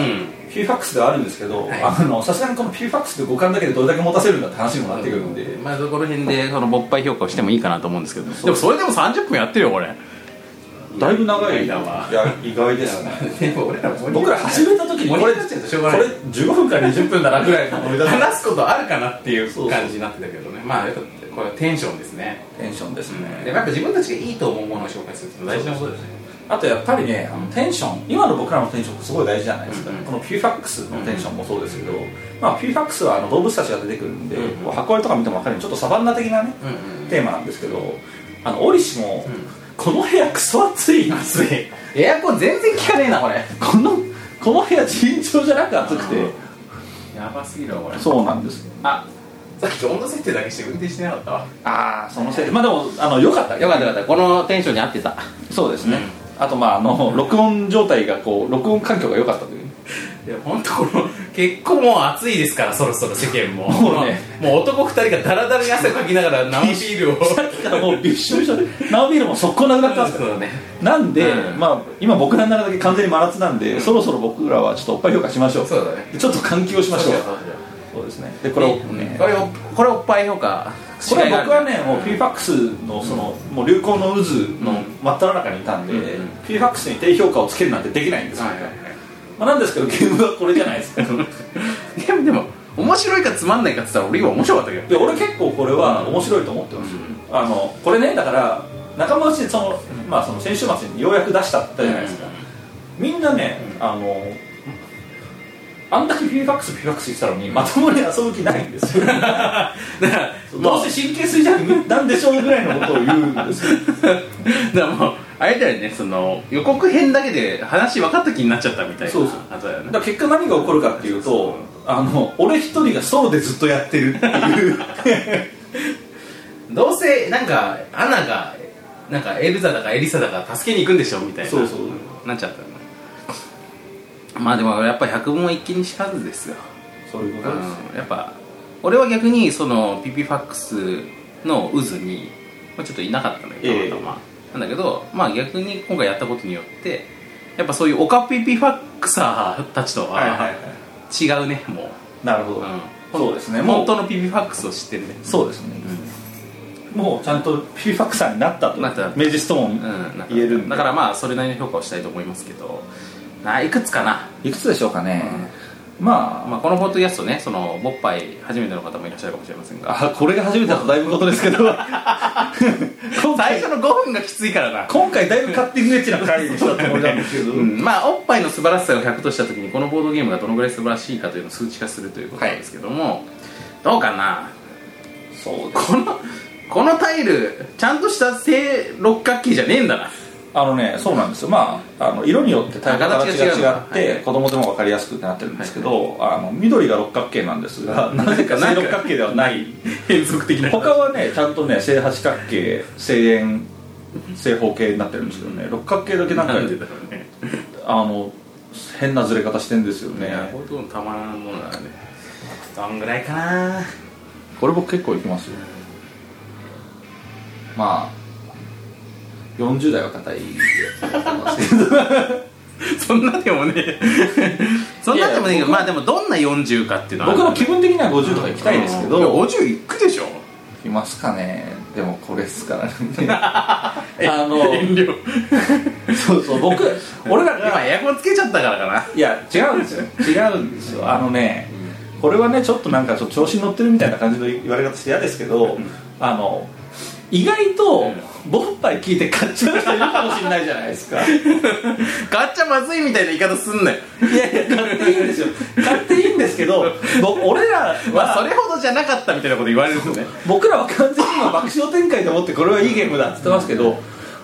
フィーファックスではあるんですけど
はい
あのさすがにこのフィーファックスで五感だけでどれだけ持たせるんだって話にもなってくるんで、
まあこの辺でその勃発評価をしてもいいかなと思うんですけどでもそれでも30分やってるよこれ
だいぶ長い
意外だわ
いや意外ですね
でも俺らも
僕ら始めた時にこ
盛り上
れこ
がっちゃうとしょうがない
れ15分から20分だなぐらいの盛りだ
話すことあるかなっていう
そうそう
感じになってたけどねまあよかったこれはテンションですね
テンションです
でも
ね
やっぱ自分たちがいいと思うものを紹介するって大事なことですね
あとやっぱりねあのテンション今の僕らのテンションもすごい大事じゃないですか、
うんうん
このフィーファックスのテンションもそうですけど、まあ、フィーファックスはあの動物たちが出てくるんで、
うんうん
こう箱絵とか見ても分かるようにちょっとサバンナ的なね、
うん
テーマなんですけどあの折しも、
ん
この部屋クソ暑い
暑いエアコン全然効かねえなこれ
このこの部屋尋常じゃなく暑くて
やばすぎるわこれ
そうなんです
あさっき温度設定だけして運転してなかったわ
ああそのせいでまあでもあのよかった
よかったよかったこのテンションに合ってた
そうですね、あとまああの録音状態がこう録音環境が良かったという
いや本当この結構もう暑いですからそろそろ世間も
もうね
もう男二人がダラダラに汗をかきながら生ビー ルを
もうびっしょびしょで生ビールも速攻なくなってますから
そうね
なんで、
うん
まあ今僕らならだけ完全に真夏なんで、そろそろ僕らはちょっとおっぱい評価しましょう
そうだね
でちょっと換気をしましょうそうですねでこれをね、
これおこれおっぱい評価
これは僕はね、もう
フ
p ファックスのその、もう流行の渦の真っ只中にいたんで、
うんうん
p ファックスに低評価をつけるなんてできないんですよ、まあ、なんですけどゲームはこれじゃないですか
いやでも面白いかつまんないかって言ったら俺今面白かったけど
で俺結構これは面白いと思ってます、あのこれねだから仲間内でその、まあ、その先週末にようやく出したって言ったじゃないですか、みんなね、あのあんだけ p ファックス p ファックス言ってたのにまともに遊ぶ気ないんです よ
だから
どうせ神経衰弱なんでしょうぐらいのことを言うんです よ
だからもうあれだよねその予告編だけで話分かった気になっちゃったみたいな
そうそう
あとだよね
だから結果何が起こるかっていうとあの俺一人がソロでずっとやってるっていう
どうせなんかアナがなんかエルザだかエリサだか助けに行くんでしょみたいな
そうそう
なっちゃったよねまあでもやっぱ百聞は一見にしかずですよ、
そういう
う
ことです
ん、やっぱ俺は逆にそのピピファックスの渦に、まあ、ちょっといなかったのよ
ええ
たまたま、なんだけどまあ逆に今回やったことによってやっぱそういうオカピピファックサーたちと
はいはいは
はい違うね、もう、
なるほど、
うん
そうですねも
本
う
当のピピファックスを知ってるね
そうですね、もうちゃんとピーファクサーになったと
なった
明治ストーン、
うんなんか
言えるんで
だからまあそれなりの評価をしたいと思いますけどないくつかな、
いくつでしょうかね、まあ、
まあ、このポッドキャストねそのボッパイ初めての方もいらっしゃるかもしれませんが
あこれが初めてだとだいぶこ とですけど今
最
回
初の5分がきついからな、
今回だいぶカッティングエッジな回にしたつもりなんですけど、
うんまあおっぱいの素晴らしさを100とした時にこのボードゲームがどのぐらい素晴らしいかというのを数値化するということなんですけども、どうかな
そうです
このこのタイルちゃんとした正六角形じゃねえんだな
あのね、そうなんですよ、まあ、あの色によって形が
形が違う
違って、
はい
子供でも分かりやすくってなってるんですけど、あの緑が六角形なんですが、なぜか
なんか
正六角形ではない、
変則的な
他はね、ちゃんとね、正八角形、正円、正方形になってるんですけどね、六角形だけなんか、
なんでだろうね
あの変なずれ方してんですよね、
ねほとんどたまらんものだねどんぐらいかな
これ僕、結構いきますよ、まあ、40代は硬い ですけど
そんなでもね そんなでもね
いや僕
まあでもどんな40かっていうのは
僕の気分的には50とか行きたいですけど。
いや50いくでしょ
いますかねでもこれっす からねあの
遠慮
そうそう僕俺ら
今
が
エアコンつけちゃったからかない
や違うんですよ違うんですよあのねこれはねちょっとなんかちょっと調子に乗ってるみたいな感じの言われ方して嫌ですけどあの意外とボンパイ聞いて買っちゃう人いるかもしれないじゃないですかい
ガッチャまずいみたいな言い方すんなよ
やいや買っていいんですよ買っていいんですけど僕俺らは、
まあそれほどじゃなかったみたいなこと言われるとね
僕らは完全に今爆笑展開でもってこれはいいゲームだって言ってますけど、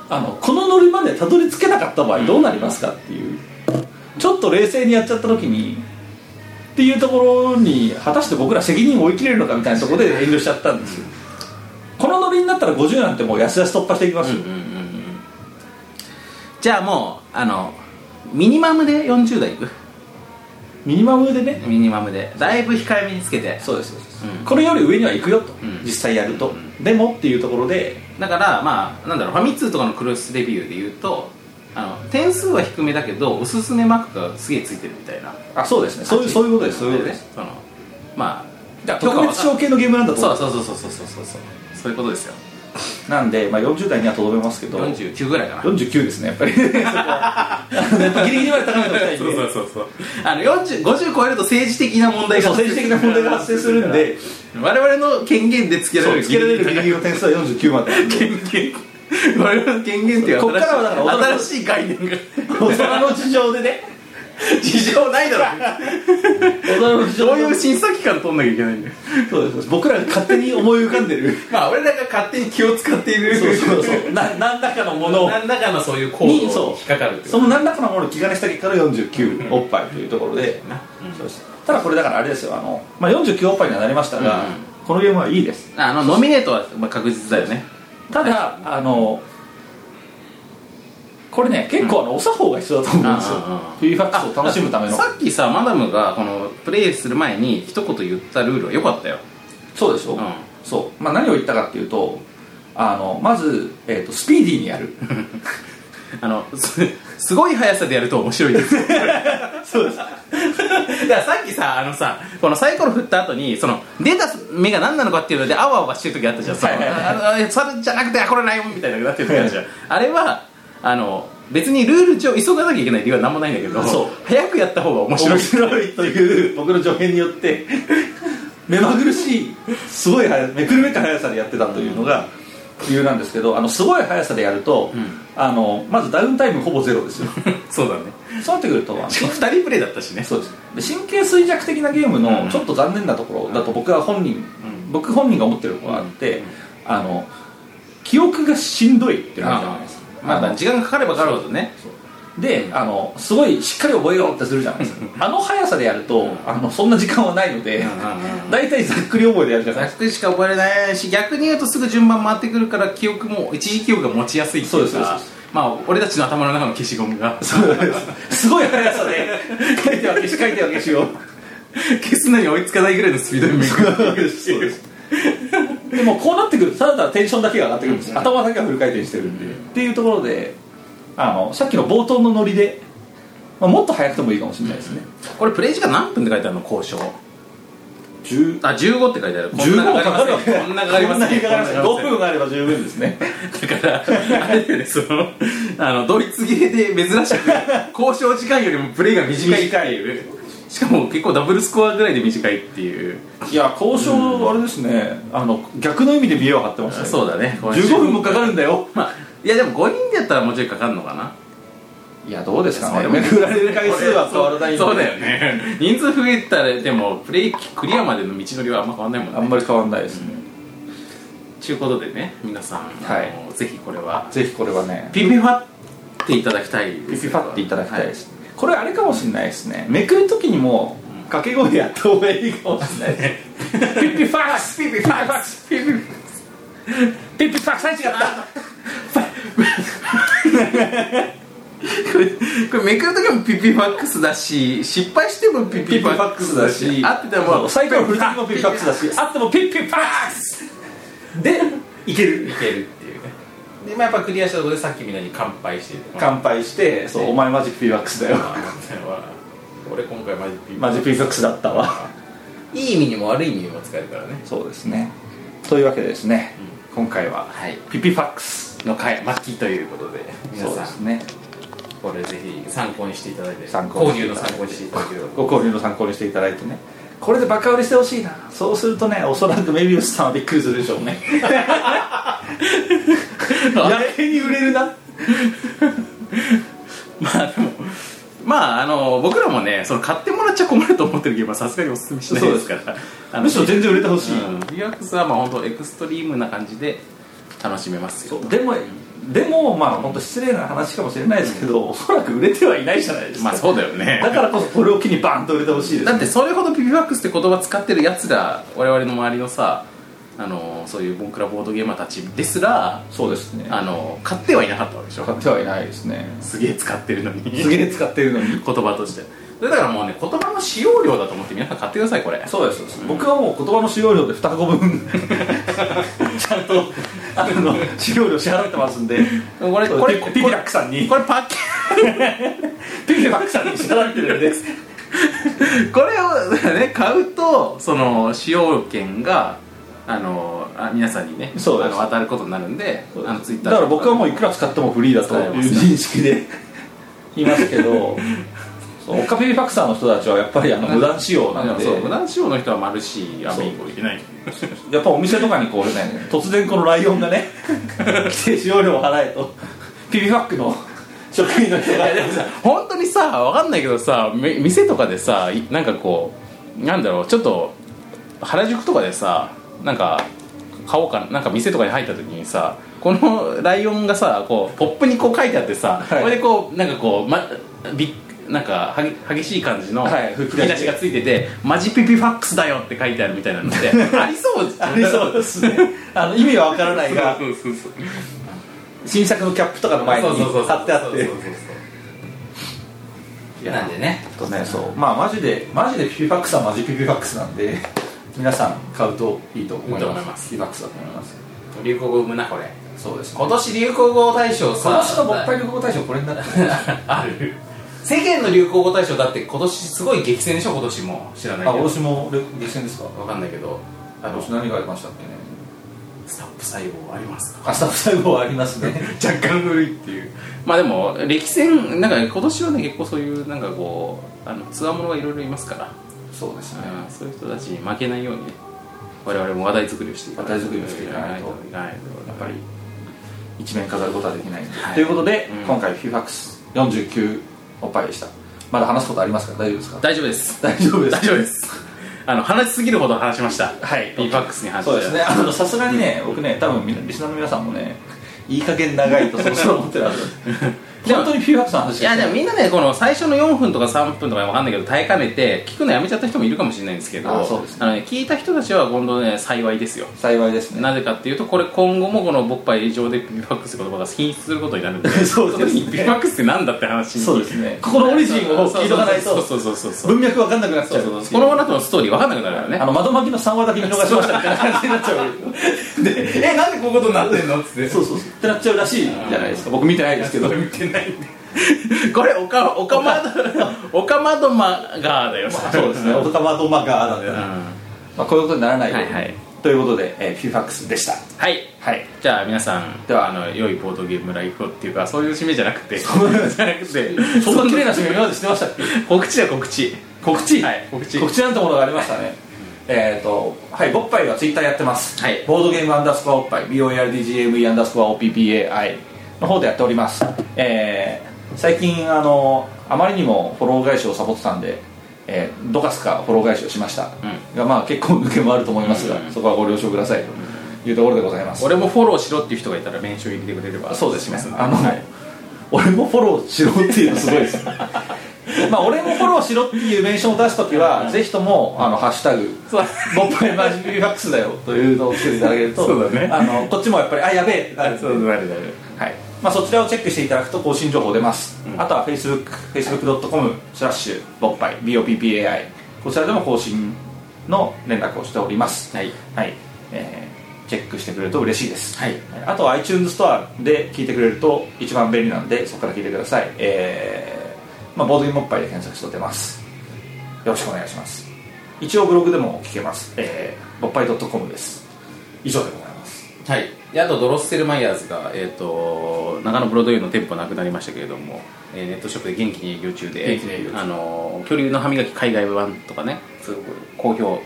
あのこのノリまでたどり着けなかった場合どうなりますかっていうちょっと冷静にやっちゃった時にっていうところに果たして僕ら責任を追い切れるのかみたいなところで遠慮しちゃったんですよこのノリになったら50なんてもう安々突破していきますよ、
じゃあもうあのミニマムで40代いく
ミニマムでね
ミニマムでだいぶ控えめにつけて
そうですそうです、
うん
これより上には行くよと、
うん
実際やると、でもっていうところで
だからまあなんだろうファミ通とかのクロスレビューで言うとあの点数は低めだけどおすすめマークがすげえついてるみたいな
あそうですねそういうそういうことですそういうことです、
そのま
だ
あ
から特別賞系のゲームなんだと思
そううそうそうそうそうそうそうそうそういうことですよ
なんで、まあ、40代にはとどめますけど
49ぐらいかな
49ですねやっぱり そこはやっ ぱギリギリまで高めておきたいんで
う そうそう あの40 50超えると政治的な問題が
そう政治的な問題が発生するんで
我々の権限でつけられ
そう
る
つけられるギリギリの点数は49まで
権限 我々の権限っていう
こっからはだか
新しい新
ら
しい概念が
大人の事情で ね
事情ないだ ろ
大人の事情
そういう審査機関取んなきゃいけないんだよ
そうですそうです僕らが勝手に思い浮かんでる
まあ俺らが勝手に気を使っている
そうそ うそうな何らかのものを
何らかのそういう行
に
動
そう
に引っかかるってこ
その何らかのものを気兼ねした結果の49おっぱいというところで,、そうですただこれだからあれですよあの、まあ、49おっぱいにはなりましたが、
うんうん
このゲームはいいです
とあのノミネートはまあ確実だよね
ただあのこれね結構あのお作法が必要だと思うんですよ
うんうんうんうん
p ファックスを楽しむための
さっきさマダムがこのプレイする前に一言言ったルールは良かったよ
そうでしょ、
うん
そう、まあ、何を言ったかっていうとあのまず、えー、とスピーディーにやる
あのすすごい速さでやると面白い です
そうです
だからさっきさあのさこのサイコロ振った後にその出た目が何なのかっていうのであわあわしてる時あったじゃんその
はいはいはい
ああそれじゃなくてあこれライオンみたいなのになってる時あるじゃんあれはあの別にルール上急がなきゃいけない理由は何もないんだけど
そう
早くやった方が面白い
面白いという僕の助言によって目まぐるしいすごい速めくるめく速さでやってたというのが理由なんですけどあのすごい速さでやると、あのまずダウンタイムほぼゼロですよ
そうだね
そうなってくるとあの
しかも2人プレイだったしね
そうです神経衰弱的なゲーム
うん
のちょっと残念なところだと僕は本人、
ん
僕本人が思ってるところがあって、あの記憶がしんどいってなるじゃないですか
まあ時間がかかればかかるほどね
であのすごいしっかり覚えようってするじゃないですかあの速さでやると、あのそんな時間はないの
う
で
んうんうん
大体ざっくり覚えでやるじゃない
ざ
で
っ
すか
くりしか覚えられないし逆に言うとすぐ順番回ってくるから記憶も一時記憶が持ちやすいっていうか
そうですそうです
まあ俺たちの頭の中の消しゴムが
そうですすごい速さで書いては消し書いては消しを
消すのに追いつかないぐらいのスピードにめくっていくし
そうですでもこうなってくるとただただテンションだけが上がってくるんです、頭だけがフル回転してるんで、っていうところであのさっきの冒頭のノリで、まあ、もっと速くてもいいかもしれないですね、
これプレイ時間何分って書いてあるの交渉
十
あ15って書いてある
十分もかかるわけ
こんなかかりますね
こんなにかかりますね
こんな
5分あれば十分ですね
だからあれだよねそのあのドイツゲーで珍しく交渉時間よりもプレイが短いっていうしかも結構ダブルスコアぐらいで短いっていう
いや交渉あれですね、あの逆の意味でビエを張ってましたね
そうだね
15分もかかるんだよ
まあいやでも5人でやったらもうちょいかかるのかない
やどうですかね
め
め
く
く
ら
ら
れる
れる
回
回
数
数
は
は
変
変
わ
わ
ら
ら
な
ないい
そうだよね人数増えたらでもプレイクリアまでの道のりはあんま変わんないもん
あ
ね
んまり変わんないですね、
ちゅうことでね皆さん、
はい
あのぜひこれは
ぜひこれはね
ピピファっていただきたいピ
ピピファっていただきたいです、これあれかもしれないですねめくるときにも掛け声やった方がいいかもしれないですピピファックスピピファックスピピファックスピピファックス最中だな
これこれめくるときもピピファックスだし失敗してもピピファックスだし
あ
あっ
っ
てて
て
ても
も最高のフルティングもピピファックスだしあってもピピファックスでいける
いけるっていうねでまあやっぱクリアしたところでさっきみんなに乾杯して
乾杯してそうお前マジピピファックスだよ
俺今回マジピ
マジピピファックスだったわ
いい意味にも悪い意味にも使えるからね
そうですねというわけでですね、今回は
はい
ピピファックス
の回末期ということで皆
そう
さ
で
ん
すね
これぜひ参考にしていただいて
参考に
購入の参考にしていただければ
ご購入の参考にしていただいてねこれでバカ売りしてほしいなそうするとねおそらくメビウスさんはびっくりするでしょうねやけに売れるな
まあでもまああの僕らもねその買ってもらっちゃ困ると思ってるゲームはさすがにおすすめしないですからあの
むしろ全然売れてほしい、
うん、リラックスはまあ本当エクストリームな感じで楽しめますよ
そうでもでもまあ本当失礼な話かもしれないですけど、おそらく売れてはいないじゃないですか、
まあそうだよね
だからこそこれを機にバンと売れてほしいです
だってそれほどピピファックスって言葉使ってるやつら我々の周りのさあのそういうボンクラボードゲーマーたちですら
そうですね
あの買ってはいなかったわけでしょ
買ってはいないですね
すげえ使ってるのに
すげえ使ってるのに
言葉としてそれだからもうね言葉の使用量だと思って皆さん買ってくださいこれ
そうですそうです、僕はもう言葉の使用量で2箱分 ちゃんとあの使用料支払ってますんで
これこ
こ
れ
れピピラックさんに
これパッケ
ピピラックさんに支払ってる んで
ージこれをだからね買うとその使用権があのあ皆さんにね
そうです
あの渡ることになるんであのツイッター
だから僕はもういくら使ってもフリーだという認識でいますけどそうオカピピファクサーの人たちはやっぱりあの無断使用なので
そう無断使用の人は丸しアミーゴいけない
やっぱお店とかにこうね突然このライオンがね来て使用料を払えとピピファックの職員の人が
本当にさわかんないけどさめ店とかでさいなんかこうなんだろうちょっと原宿とかでさなんか買おうかななんか店とかに入った時にさこのライオンがさこうポップにこう書いてあってさ、
はい
これでこうなんかこう、ま、びなんかは激激しい感じの
はい
吹き出しがついてて「マジピピファックスだよ」って書いてあるみたいなのってありそう
ありそうですねあの意味はわからないが
そうそうそう
新作のキャップとかの前に
そうそうそう
貼ってあって
そうそうそうそう
いや
なんでね
ちょっとねそうまあマジでマジでピピファックスはマジピピファックスなんで 皆さん買うといいと思い
いいと
ま
思
す
います
ピピファックスだと思います
流行語生むなこれ
そうですね
今年流行語大賞さ
今年のも ったい旅行大賞これになって
ある世間の流行語大賞だって今年すごい激戦でしょ今年も知らない
あ
け
今
ど
年も激戦ですか
わかんないけどあ
今
の
年何がありましたっけね
スタップ採用あります か
あスタッフ細胞はありますね
若干古いっていう
まあでも歴戦なんか今年はね結構そういうなんかこうあの強者がいろいろいますから、
そうですね
うんそういう人たちに負けないようにね我々も話題作りをしていかない
話題作りをしていかないと
いかないと
やっぱり一面飾ることはできない、
はい
ということで、
うん
今回フィファックス49おっぱいでしたまだ話すことありますか大丈夫ですか
大丈夫です
大丈夫で
大丈夫ですあの話しすぎるほど話しました
はい
ピーパックスに話し
そう
ま
で
し
す
た
ねあのさすがにね僕ね多分みんなリスナーの皆さんもね いい加減長 いとそろそろ思ってるはず
でも
本当にフィファックスの話し
い
かし
や
て
で
な
もみんなねこの最初の4分とか3分とかわかんないけど耐えかねて聞くのやめちゃった人もいるかもしれないんですけど
あそうですね
あのね聞いた人たちは今度ね幸いですよ
幸いですね
なぜかっていうとこれ今後もこの「ボッパイ上でピピファックス」って言葉が品質することになるんで
そうですね
の時にピピファックスってなんだって話に
そうですねここのオリジンを聞いとかない
そう
と
そうそうそうそう
文脈わかんなくなっちゃう
そうそうこの後のストーリーわかんなくなるからね
あの窓巻きの3話だけ見逃しましたみたいな感じになっちゃう
えなんでこういうことになってんのっつって
そうそうそうってなっちゃうらしいじゃないですか僕見てないですけど
それ見てないんで
これオカオカマドオカマドマガーだよ
そうですね、オトカマドマガーなんで、まあ、こういうことにならないように、
はいはい
ということで、えー、フィーファックスでした。
はい
はい、
じゃあ皆さん
で
で
は
はあの良いボードゲームライフをっていうかそういう締めじゃなくて
そういうの
じゃなくて
そんな綺麗な締め今までしてましたっけ
告知だよ告知
告知、
はい告知
告知なんてものがありましたね。えっ、と、はい、ボッパイはツイッターやってます。
はい
ボードゲームアンダースコアおっぱい、BORDGME アンダースコア OPPAI の方でやっております。えー最近、あの、あまりにもフォロー返しをサボってたんで、えーどかすかフォロー返しをしました、がまあ結構抜けもあると思いますが、そこはご了承くださいというところでございます
俺もフォローしろっていう人がいたらメンション入れてくれれば
そうですね
します
あの、俺もフォローしろっていうのすごいです まあ俺もフォローしろっていうメンションを出す時はぜひともあのハッシュタグ
そう
ボッパイマジビファックスだよというのをつけていただけると
そうだね
あのこっちもやっぱりあやべえなるんで
そうなるなる
はいまあ、そちらをチェックしていただくと更新情報出ます、あとは Facebook facebook.com スラッシュボッパイ BOPPAI こちらでも更新の連絡をしております
はい、
はいえーチェックしてくれると嬉しいです、
はい
あと iTunes ストアで聞いてくれると一番便利なんでそこから聞いてくださいえーまあ、ボードゲームおっぱいで検索してお出ますよろしくお願いします一応ブログでも聞けますえー、ぼっぱい .com です以上でございます
はい、であとドロッセルマイヤーズが、えー、と長野ブロードウェイの店舗なくなりましたけれども、えーネットショップで元気に営業中で
元気に営業中
あの恐竜の歯磨き海外版とかねすごく好評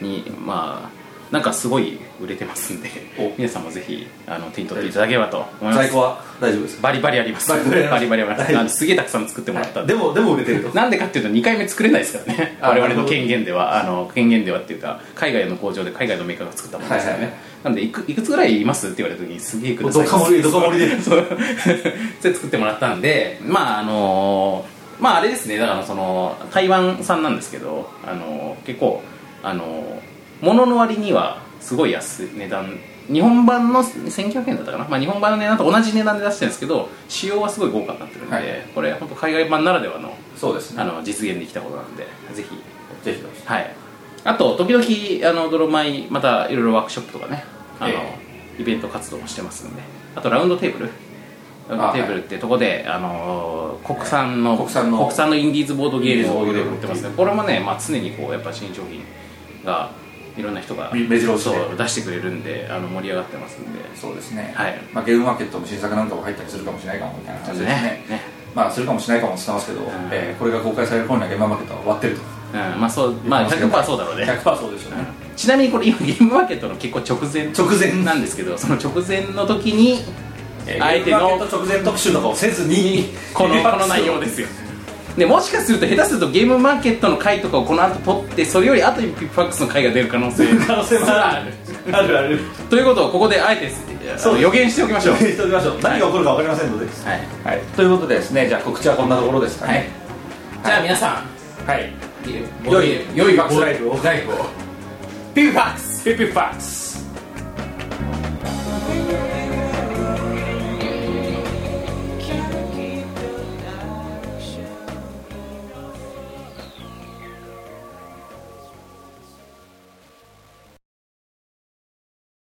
にまあなんかすごい売れてますんで
お
皆さんもぜひあの手に取っていただければと思いま
在
す
庫は大丈夫ですか
バリバリあります
バリバリあります
バリバリあります
はい
あのすげえたくさん作ってもらったんで
でもでも売れてると
なんでかっていうと2回目作れないですからね
あ
我々
なるほ
の
ど
権限ではあの権限ではっていうか海外の工場で海外のメーカーが作ったものですからね、
はいはいは
なんでいくいくつぐらいいますって言われた時にすげえください
ドカ盛りドカ盛りで
そう それ作ってもらったんでまああのまああれですねだからその台湾産なんですけどあの結構あの物の割にはすごい安い値段日本版の1900円だったかな、まあ、日本版の値段と同じ値段で出してるんですけど仕様はすごい豪華になってるんで、
はい
これ本当海外版ならではの
そうですね
あの実現できたことなんでぜひ
ぜひ
はいあと時々あのドロマイまたいろいろワークショップとかねあの、
え
イベント活動もしてますんであとラウンドテーブルラウンドテーブルってとこであ、のー国産の
国産の
国産のインディーズボードゲームを
インディーズボードゲーム
売ってますねこれもね、まあ、常にこうやっぱ新商品がいろんな人が
め目白押し
そ
で
う出してくれるんであの盛り上がってますんで
そうですね、
はい
まあ、ゲームマーケットの新作なんかも入ったりするかもしれないかもみたいな感じですね
ね
まあするかもしれないかもしれませんけど、えーこれが公開される頃にはゲームマーケットは終わってると
うんまあそうまあ100%そうだろうね
100%そうでしょうね、
ちなみにこれ今ゲームマーケットの結構直前
直前
なんですけどその直前の時に
えー
相手
ゲームマー
の
ケット直前特集とかをせずに
こ のこの内容ですすよでもしかすると下手するとゲームマーケットの回とかをこの後取ってそれより後にピップファックスの回が出る可能性
可能性もあるあるある
ということをここであえて
そう
予言しておきましょう
言っておきましょう何が起こるか分かりませんので、
はい
はい、ということでですねじゃあ告知はこんなところですか
はい
ね
じゃあ皆さ
はい、
ん
良い
良い
良いファックスライブを
ライブをピップファックスピップファックス